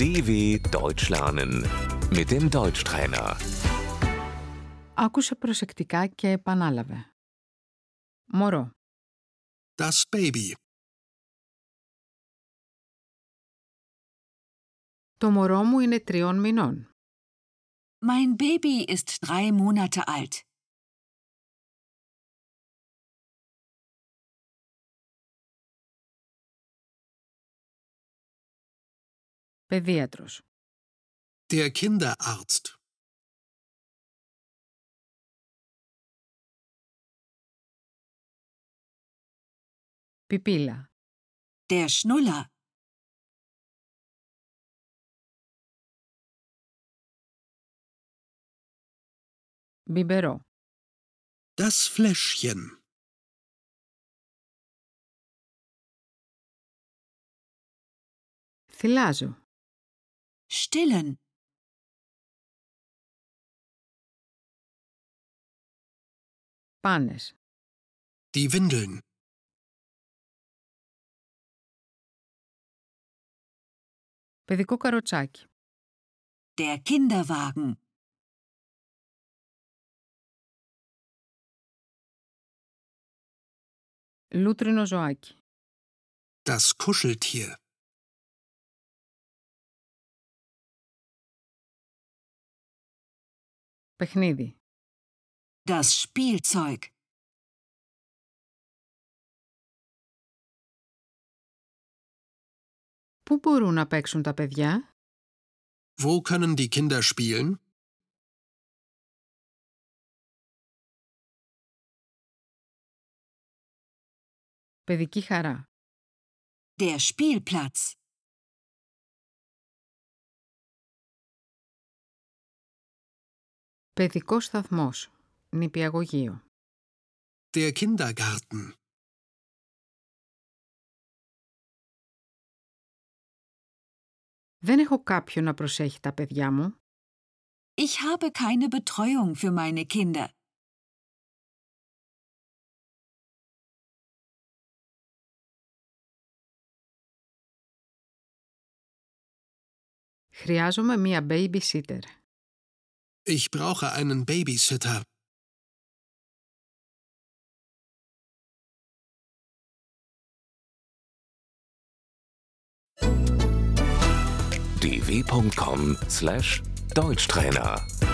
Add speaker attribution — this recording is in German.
Speaker 1: DW Deutsch lernen mit dem Deutschtrainer.
Speaker 2: Άκουσε προσεκτικά και επανάλαβε. Μωρό,
Speaker 3: Das Baby.
Speaker 2: το μωρό μου είναι τριών μηνών.
Speaker 4: Mein Baby ist drei Monate alt.
Speaker 2: Παιδίατρος.
Speaker 3: Der Kinderarzt.
Speaker 2: Πιπίλα.
Speaker 4: Der Schnuller.
Speaker 2: Μπιμπερό.
Speaker 3: Das Fläschchen.
Speaker 2: Θυλάζω.
Speaker 4: Stillen.
Speaker 2: Πάνες.
Speaker 3: Die Windeln.
Speaker 2: Παιδικό καροτσάκι.
Speaker 4: Der Kinderwagen.
Speaker 2: Λούτρινο ζωάκι.
Speaker 3: Das Kuscheltier.
Speaker 2: Παιχνίδι.
Speaker 4: Das Spielzeug.
Speaker 2: Πού μπορούν να παίξουν τα παιδιά?
Speaker 3: Wo können die Kinder spielen?
Speaker 2: Παιδική χαρά.
Speaker 4: Der Spielplatz.
Speaker 2: Παιδικός σταθμός. Νηπιαγωγείο.
Speaker 3: Der Kindergarten.
Speaker 2: Δεν έχω κάποιον να προσέχει τα παιδιά μου.
Speaker 4: Ich habe keine Betreuung für meine Kinder.
Speaker 2: Χρειάζομαι μία babysitter.
Speaker 3: Ich brauche einen Babysitter.
Speaker 1: dw.com/deutschtrainer